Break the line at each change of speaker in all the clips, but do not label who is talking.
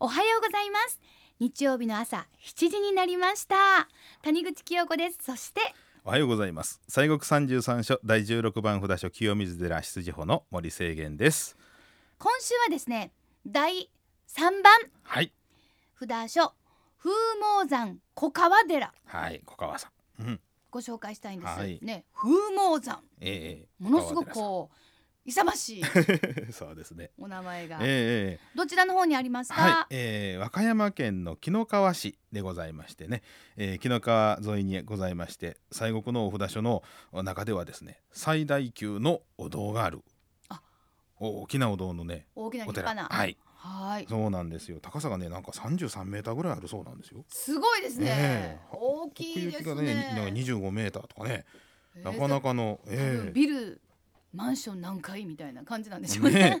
おはようございます日曜日の朝7時になりました谷口清子ですそして
おはようございます西国三十三所第十六番札所清水寺出自法の森清源です
今週はですね第3番
はい
札所風毛山小川寺
はい小川さん、うん、
ご紹介したいんです、
はい
ね風毛山
ええ
ものすごくこう勇ましい
小川寺さん そうですね
お名前が、
ええ
どちらの方にありますか、
はい、えー、和歌山県の紀の川市でございましてね、えー、紀の川沿いにございまして西国のお札所の中ではですね最大級のお堂がある
あ
お大きなお堂のね
大きな
お
立
寺
派な
はい
はい
そうなんですよ高さがねなんか33メーターぐらいあるそうなんですよ
すごいですね、
ねえ
大きいです
奥行
ね
きがねになんか25メーターとかね
えー
なかなかの、
多
え
分
え
ビルマンション何階みたいな感じなんでしょうね
ね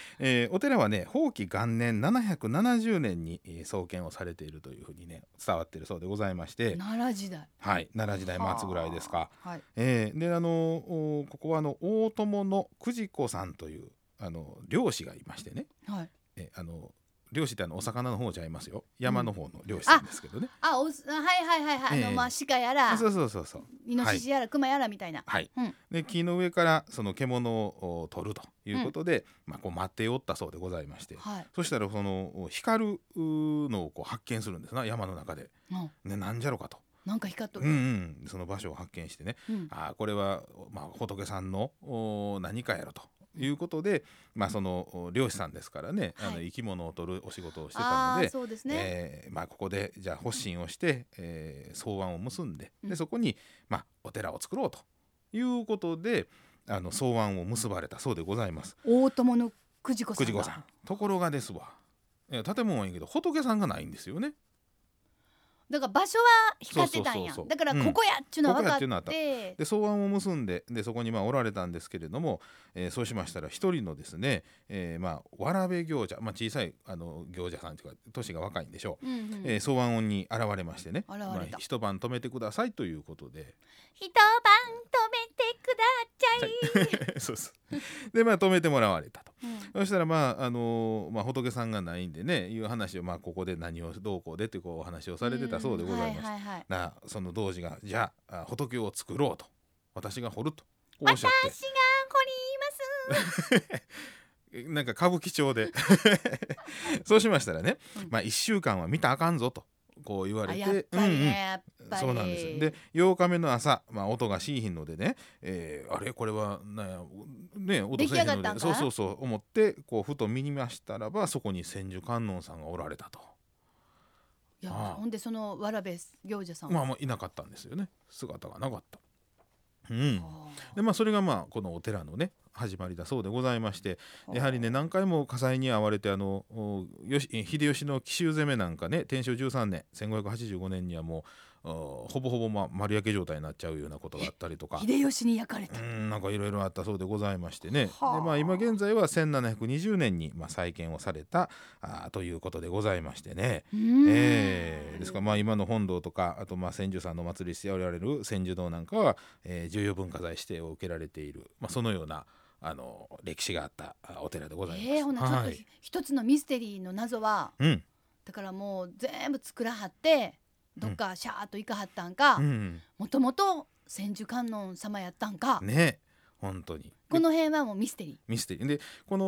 えーお寺はね法規元年770年に、えー創建をされているというふうにね伝わっているそうでございまして、
奈良時代
はい、奈良時代末ぐらいですか。
はい
えーであのおここはあの大友の久慈子さんというあの漁師がいましてね、
はい
えあの漁師ってあのお魚の方じゃいますよ山の方の漁師さんですけどね、
あおすはいはいはいはい、あ
え
の
え
まあ鹿やら
そうそうそうそう
イノシシやら熊やらみたいな
はい、
うん
で木の上からその獣をお取るということで、まあ、こう待っておったそうでございまして、
はい、
そしたらそのお光るうのをこう発見するんですな山の中で、
うん、
ね、なんじゃろかと、
なんか光っと
うん
る、
うん、その場所を発見してね
うん
あーこれは、まあ、仏さんのお何かやろということで、まあ、そのお漁師さんですからね、あ
は
の
い
生き物を取るお仕事をしてた
あ
の
あ
で。
そうですね、
えーまあ、ここでじゃあ発信をして、えー草案を結んで
うん
でそこに、まあ、お寺を作ろうということであの草案を結ばれたそうでございます
大友の久慈子さん
久
が
慈子さん。ところがですわえー建物はいいけど仏さんがないんですよね。
だから場所は光ってたんや
そうそうそうそう
だからここやっちゅうのは分かって,、
うんここで草案を結んででそこにまあおられたんですけれども、えーそうしましたら一人のですね、えーまあ、わらべ行者、まあ、小さいあの行者さんというか年が若いんでしょう、
うんうん
えー草案に現れましてね、
現れた
まあ一晩泊めてくださいということで。
一晩止めてください、
そうそうでまあ止めてもらわれたと
うん
そしたらまああのーまあ、仏さんがないんでねいう話を、まあ、ここで何をどうこうでってこうお話をされてたそうでございました、
うんはいはいはい
なあその童子がじゃああ仏を作ろうと私が掘るとこうおっしゃっ
私が掘ります
てなんか歌舞伎町 でそうしましたらね、
うん
まあ、1週間は見たらあかんぞとこう言わ
あ
れて
やっぱりね、
うんうん
やっぱり
そうなんですよで8日目の朝、まあ、音がしいひんのでね、えーあれこれはなんやね音せ
出
えへん
来上が
の
ったん
で
か
そうそうそう思ってこうふと見にましたらばそこに千手観音さんがおられたと
いや
ああ
ほんでそのわらべ行者さん
まあ
あ
まあいなかったんですよね姿がなかった。うん、
あ
でまあそれがまあこのお寺のね始まりだそうでございましてやはりね何回も火災に遭われてあのおよし秀吉の奇襲攻めなんかね天正13年1585年にはもうおほぼほぼ、まあ、丸焼け状態になっちゃうようなことがあったりとか。
秀吉に焼かれた、
うんなんかいろいろあったそうでございましてね、
はあ
でまあ、今現在は1720年にまあ再建をされたあーということでございましてね、
うん
えーですからまあ今の本堂とかあとまあ千住さんのお祭りしておられる千住堂なんかは、えー重要文化財指定を受けられている、まあ、そのようなあの歴史があったあお寺でございます。
えーほなちょっ
は
と
い
ひ一つのミステリーの謎は
うん
だからもう全部作らはってどっかシャーっと行かはったんか
うん
もともと千手観音様やったんか、
ね本当に
この辺はもうミステリー
ミステリーでこの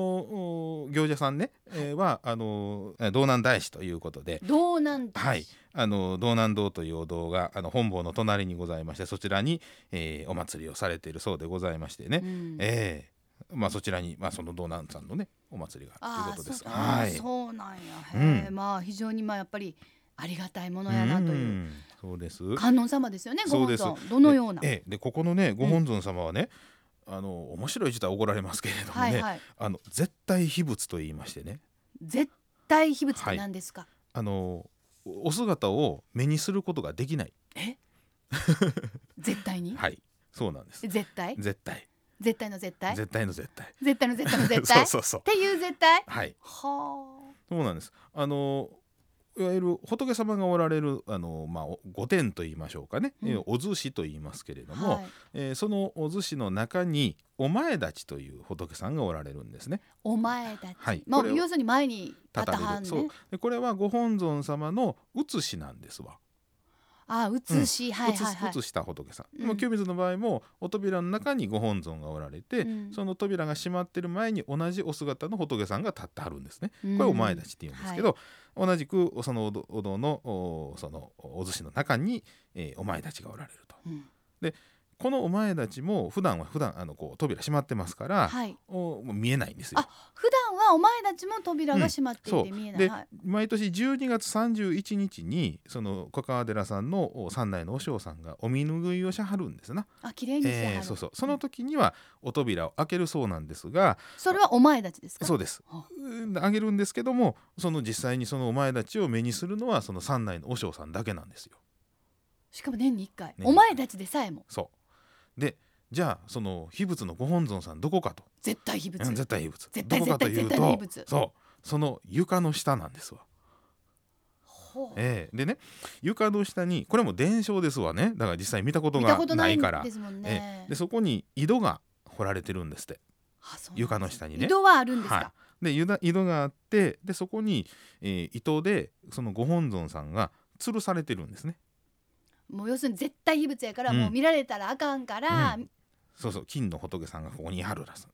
お行者さんね、えーはあの道南大師ということで、
どうなんだ、
はい、あの道南堂というお堂があの本坊の隣にございましてそちらに、えーお祭りをされているそうでございましてね、
うん
ええまあ、そちらに、まあ、その道南さんのねお祭りがあ
あ
ると
あ
いうことです。
そう
は
あ
い
ーそうなんや、へえ
うん
まあ非常にまあやっぱりありがたいものやなという、
んそうです
観音様ですよねご
そう
本
です
尊どのような、
で,、ええでここのねご本尊様はね、あの面白い事態は怒られますけれどもね、
はいはい
あの絶対秘仏と言いましてね
絶対秘仏って何ですか、
あのおお姿を目にすることができない
絶対に、
はいそうなんです
絶対
絶対
絶対の絶対
絶対の絶対
絶対の 絶対の絶対
そうそうそう
っていう絶対
はい
は
そうなんです。あのいわゆる仏様がおられるあの、まあ、お御殿と言いましょうかね、
うん
えーお厨子と言いますけれども、
はい、
えーそのお厨子の中にお前たちという仏さんがおられるんですね。
お前たち、
はい
まあ
これを
要するに前に立った
たれ
は
る
ん
そう
ね
でこれはご本尊様の写しなんですわ。
あ写し、はい
写
はいはい
写した仏さん。で
う
も
ん
清水の場合もお扉の中にご本尊がおられて、
うん
その扉が閉まってる前に同じお姿の仏さんが立ってはるんですね。
うん
これお前たちって言うんですけど、同じくそのお堂お堂のおそのお寿司の中に、えーお前たちがおられると
うん
このお前たちも普段は普段あのこう扉閉まってますから、
はい
おもう見えないんですよ
あ。普段はお前たちも扉が閉まってい
そ
て
う
見えない、
で、
はい
毎年12月31日にその小川寺さんのお三内の和尚さんがお見拭いをしはるんですな、
あ綺麗にしてはる、
えーそうそうその時にはお扉を開けるそうなんですが、
それはお前たちですか
そうです
は
うん開けるんですけどもその実際にそのお前たちを目にするのはその三内の和尚さんだけなんですよ。
しかも年に一回
年に一回
お前たちでさえも
そうでじゃあその秘仏のご本尊さんどこかと
絶対秘仏
うん絶対秘仏
絶
ど
対
こかという
絶対絶対の秘
と
仏
そうその床の下なんですわ、
ほう
ええでね床の下にこれも伝承ですわねだから実際見たこと
見た
が
ことな
ないいから
ですもん
え
ね
え、でそこに井戸が掘られてるんですって
あそうなんです
床の下にね
井戸はあるんですか、
はい、で井戸井戸があってでそこに、えー、糸でそのご本尊さんが吊るされてるんですね
もう要するに絶対秘仏やから、
うん
もう見られたらあかんから、
うんそうそう金の仏さんがここにあるらしい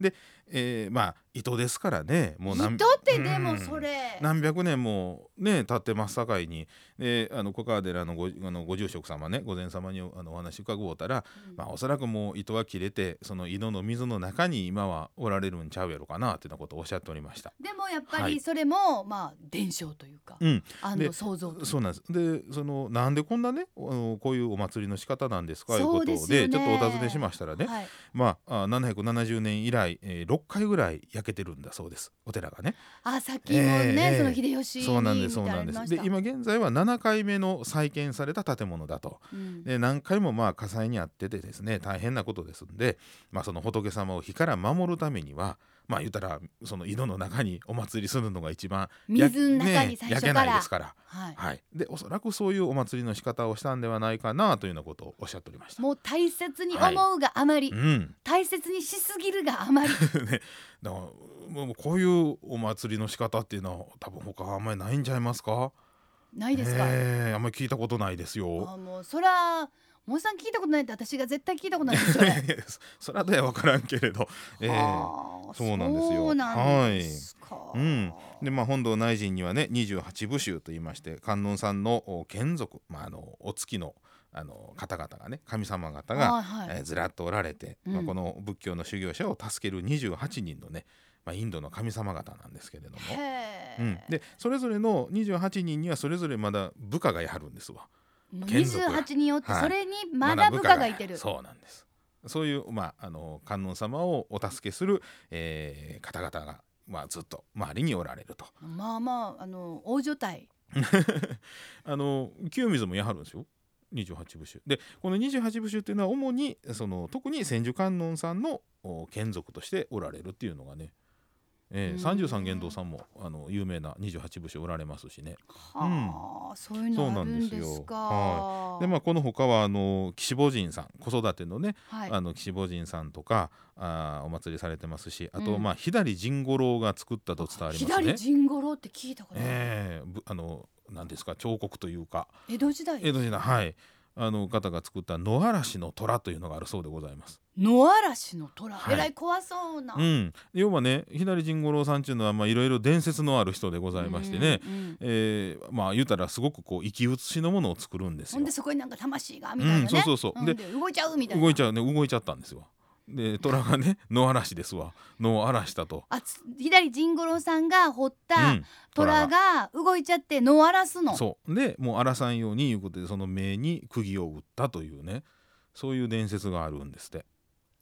で、えー、まあ糸ですからねもう
人
何
ってで
う
も
ん
それ、
何百年もね経って真っ盛りにであの小川寺のごあのご住職様ね御前様におあのお話伺おうたら、
うん
まあ、おそらくもう糸は切れてその井戸の水の中に今はおられるんちゃうやろかなってなことをおっしゃっておりました。
でもやっぱ
は
り
い
それも、まあ伝承というか、
うん
あ
で
の想像というか
そうなんですでそのなんでこんなねあのこういうお祭りの仕方なんですかいう
そ
こ
う
と
で
です
よね
ちょっとお尋ねしましたらね、
はい、
まああ770年以来、えー6回ぐらい焼けてるんだそうですお寺がね。
あさっきもね、
ええ
その秀吉に
そうなんですそ
み
う
たい
な
のあ
ん
りますし
で
た
で今現在は7回目の再建された建物だと
うん
で何回もまあ火災にあっててですね大変なことですんで、まあ、その仏様を火から守るためにはまあ言ったらその井戸の中に お祭りするのが一番や
水の中に
ね
最
焼
初
け
か
ない
ら、
ですから、
はい、
はい、でおそらくそういうお祭りの仕方をしたんではないかなというようなことをおっしゃっておりました。
もう大切に思うがあまり、
うん
大切にしすぎるがあ まり、
ね、だからもうこういうお祭りの仕方っていうのは多分他あんまりないんちゃいますか
ないですか。
ええあんまり聞いたことないですよ。。
あもうそら、もうさん聞いたことないって私が絶対聞いたことないですそれ
いやそそれはね分からんけれど、 ええ
はあ
そうなんですよ
そうなんですか。
いうんでまあ、本堂内陣にはね28部衆といいまして観音さんのお眷属、まあ、あのお月のあの方々がね神様方が、
はいはい
えーずらっとおられて、ま
う
あ、
ん
この仏教の修行者を助ける28人のね、まあ、インドの神様方なんですけれども、
へえ、
うん、でそれぞれの28人にはそれぞれまだ部下がやはるんですわ。
もう
眷属が
28人おって、
はい
それにまだ部下がいてる。
そうなんですそういう、まあ、あの観音様をお助けする、えー方々が、まあ、ずっと周りにおられると
まあまあ、あの大所帯。
あの清水もやはるんですよ28部衆でこの28部衆っていうのは主にその特に千手観音さんのお眷属としておられるっていうのがね、えー、
うん
33玄道さんもあの有名な28部衆おられますしね
はあ、そういうのあるんで
そうなんです
す
よ
か。
はで、まあ、この他はあの岸坊人さん子育てのね
はい
あの岸坊神さんとかあーお祭りされてますしあと、
うん
まあ左陣五郎が作ったと伝わりますね
左。陣五郎って聞いたことある、
ええぶあの何ですか彫刻というか
江戸時代
江戸時代はいあの方が作った野嵐の虎というのがあるそうでございます。
野嵐の虎、
はい
えらい怖そうな、
うん、要はね左陣五郎さんっていうのはまあいろいろ伝説のある人でございましてね、
うんうん
えーまあ言うたらすごくこう生き写しのものを作るんです
ほ
よ
んで。そこになんか魂がみたいな
う
ね、
ん、そうそうそう。
うん
で
で動いちゃうみたいな
動いちゃうね動いちゃったんですよ。で虎がね野嵐ですわ野嵐だと。
あつ左陣五郎さんが掘っ
う
た
ん
虎が動いちゃって野荒すの、
そうでもう荒さんようにいうことでその目に釘を打ったというねそういう伝説があるんですって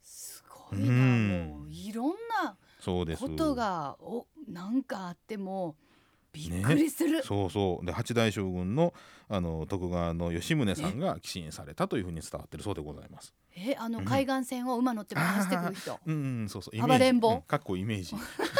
すごいな、
うん
もういろんな
そうです
ことがおなんかあってもびっくりする、
そうそうで八代将軍のあの徳川の吉宗さんが寄進されたというふうに伝わってるそうでございます。
えあ
う
の
ん
海岸線を馬乗って走ってくる 人
うん、うん、そうそうイメージ
暴れん坊
うんかっこイメージ
パーパーパー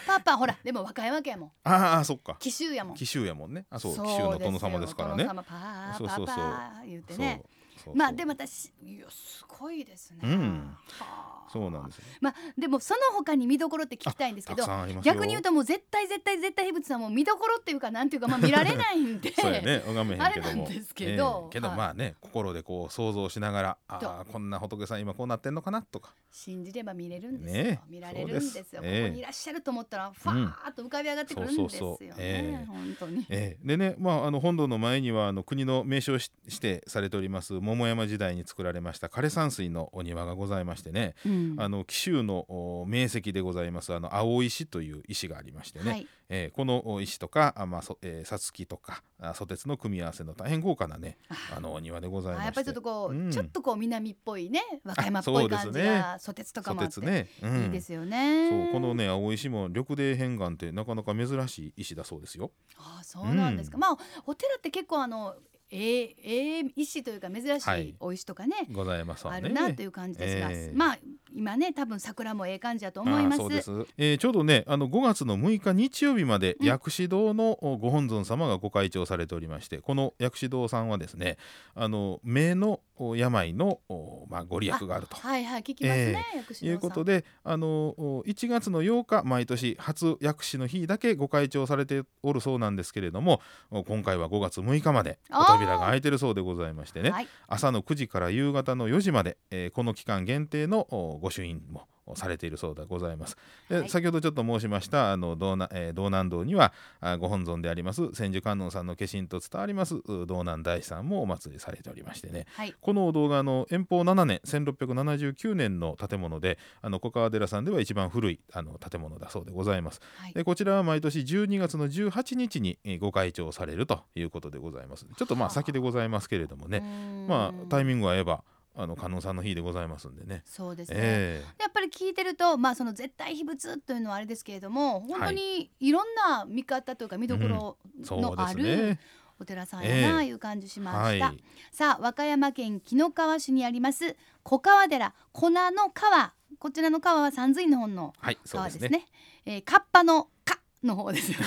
パーパーほらでも和歌山県やもん
ああそっか
紀州やもん
紀州やもんねあそう
そう
紀州の殿様ですからね
よお殿様パー
そう
パ
そ
ー
う
パ
そう
ー言って
そう
ね
そう
まあで
も
も私いやすごいですね、
うん
はあ
そうなんですよ
まあでもその他に見どころって聞きたいんです
た
け
く
ど
さんありますよ
逆に言うともう絶対絶対絶対樋口さんも見どころっていうかなんていうかまあ見られないんで
そうやね拝めへんけども
あれなんですけど
ええけど
はい
まあね心でこう想像しながら
と
ああこんな仏さん今こうなってんのかなとか
信じれば見れるんですよ、
ねえ
見られるんですよ
そうです
ここにいらっしゃると思ったらファーっと浮かび上がってくるん
そ
で
う
す
そう
よね、
そうええ
本当に、
ええでね、まあ、あの本堂の前にはあの国の名所し指定されております桃山時代に作られました枯山水のお庭がございましてね、
うん
あの紀州のお名石でございますあの青石という石がありましてね、
はい
ええこのお石とかあまあそええさつきとかあソテツの組み合わせの大変豪華なねあのお庭でございまして
あやっぱりちょっとこう、
うん
ちょっとこう南っぽいね和歌山っぽ
あそ
いう
です
感じ
ね
がソテツとか
ソ
もあっ
テ
て、
ツね、うん
いいですよね
そうこのね青石も緑泥片岩ってなかなか珍しい石だそうですよ。
ああそうなんですか、
うん
まあお寺って結構あのええええ石というか珍し
はい
いお石とかね、
ございますわね。
あるなという感じですが、
ええ
まあ今ね多分桜もええ感じだと思いま
あー
す
そうです、えーちょうどねあの5月の6日日曜日まで
うん
薬師堂のおご本尊様がご開帳されておりまして、この薬師堂さんはですねあの目のお病の、おまあ、ご利益があると。
はいはい聞きますね、薬師
い
堂さん
うことであのお1月の8日毎年初薬師の日だけご開帳されておるそうなんですけれどもお今回は5月6日までお扉が開いてるそうでございましてね
はい、
朝の9時から夕方の4時まで、えーこの期間限定のお御朱印もおされているそうでございます。で
はい
先ほどちょっと申しましたあの道南、えー道南道にはあご本尊であります千手観音さんの化身と伝わりますう道南大師さんもお祭りされておりましてね
はい、
このお堂があの遠方7年1679年の建物であの小川寺さんでは一番古いあの建物だそうでございます。
はい
でこちらは毎年12月の18日にえーご開帳されるということでございます。ちょっとまあ
はあ
先でございますけれどもね
うーん
まあタイミングが合えばあの観音さんの日でございますんでね。
そうですね、
え
やっぱり聞いてると、まあ、その絶対秘仏というのはあれですけれども本当にいろんな見方というか見どころ
えそう
の
で
あ
す
る
ね。
お寺さんやな
え
いう感じしま
は
し
い。
た、さあ和歌山県紀の川市にあります小川寺粉の川こちらの川は三髄の本の
はい、そう
川
で
ですすね
ね。
えー、カッパの「か」の方ですよね。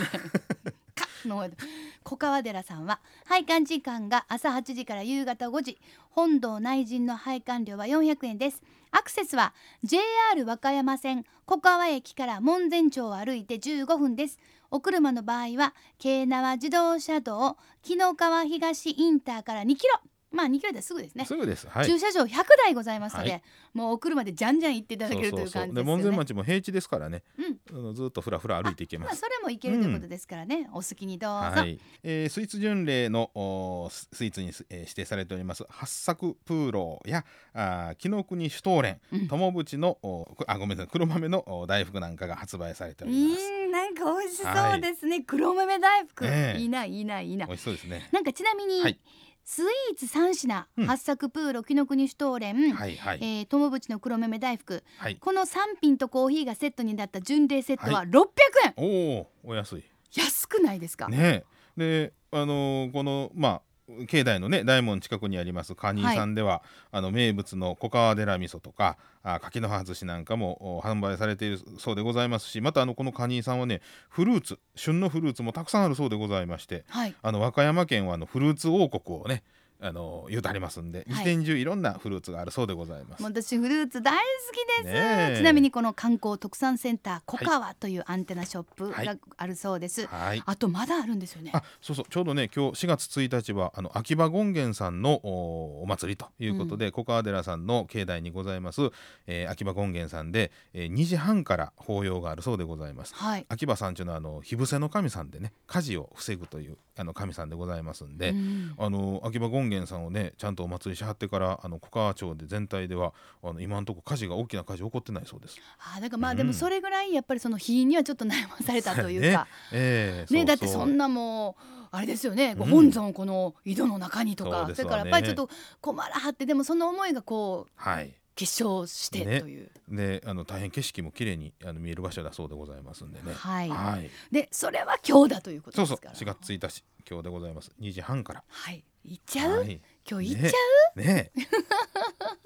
かの方で小川寺さんは拝観時間が朝8時から夕方5時本堂内陣の拝観料は400円ですアクセスは JR 和歌山線小川駅から門前町を歩いて15分ですお車の場合は京奈和自動車道紀の川東インターから2キロまあ2キロですぐですね、
すぐです。はい。
駐車場100台ございますので、
は
もうお車でじゃんじゃん行っていただけるという感じです
で
よね
門前町も平地ですからね。
うん
あのずっとふらふら歩いていけま
まあ
す。
それもいけるということですからね、お好きにどうぞ、
はい、えースイーツ巡礼のおーススイーツに、えー指定されております八作プーローやあー紀の国酒桃蓮
うん
友淵のおーくあごめんなさい黒豆のおー大福なんかが発売されてお
う
ります。
んなんか美味しそうですね、黒豆大福、
ええ
いいないいないいな
美味しそうですね。
なんかちなみに、
はい
スイーツ三品、
うん
八作プーロ紀の国酒桃蓮、
はいはい
えー友淵の黒豆大福
はい。
この三品とコーヒーがセットになった巡礼セットは
は
600円、
おおーお安い。
安くないですか、
ねえであのーこのまあ境内のね大門近くにありますカニーさんでは、あの名物の小川寺味噌とかあ柿の葉寿司なんかもお販売されているそうでございますしまたあのこのカニーさんはねフルーツ旬のフルーツもたくさんあるそうでございまして
はい
あの和歌山県はあのフルーツ王国をねあの言うてありますんで、
い
一年中いろんなフルーツがあるそうでございます。
もう私フルーツ大好きです、
ねえ
ちなみにこの観光特産センターコカワというアンテナショップ
は
が
い
あるそうです、
はい
あとまだあるんですよね
あそうそうちょうどね今日4月1日はあの秋葉権現さんのおお祭りということで、小川寺さんの境内にございます、えー秋葉権現さんで、えー2時半から法要があるそうでございます。
はい
秋葉さんというのはあの火伏せの神さんでね火事を防ぐというあの神さんでございますんで、
うん
あの秋葉権現さんをねちゃんとお祭りしはってからあの小川町で全体ではあの今のところ火事が大きな火事起こってないそうです。
あーだからまあ
うん
でもそれぐらいやっぱりその日にはちょっと悩まされたという か
ええ
ねだってそん
な
なもうあれですよね、ご
うん
本尊をこの井戸の中にとか
そう
そ,、
です
れ
わね
からやっぱりちょっと困らはってでもその思いがこう
はい
結晶して
ね
という、
であの大変景色も綺麗にあの見える場所だそうでございますんでね。
はい、
はい、
でそれは今日だということ
そう
で
そう
すから
4月1日今日でございます2時半から。
はい行っちゃう、
はい、
今日行っちゃう、
うねえ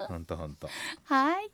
ほんとほんと
はい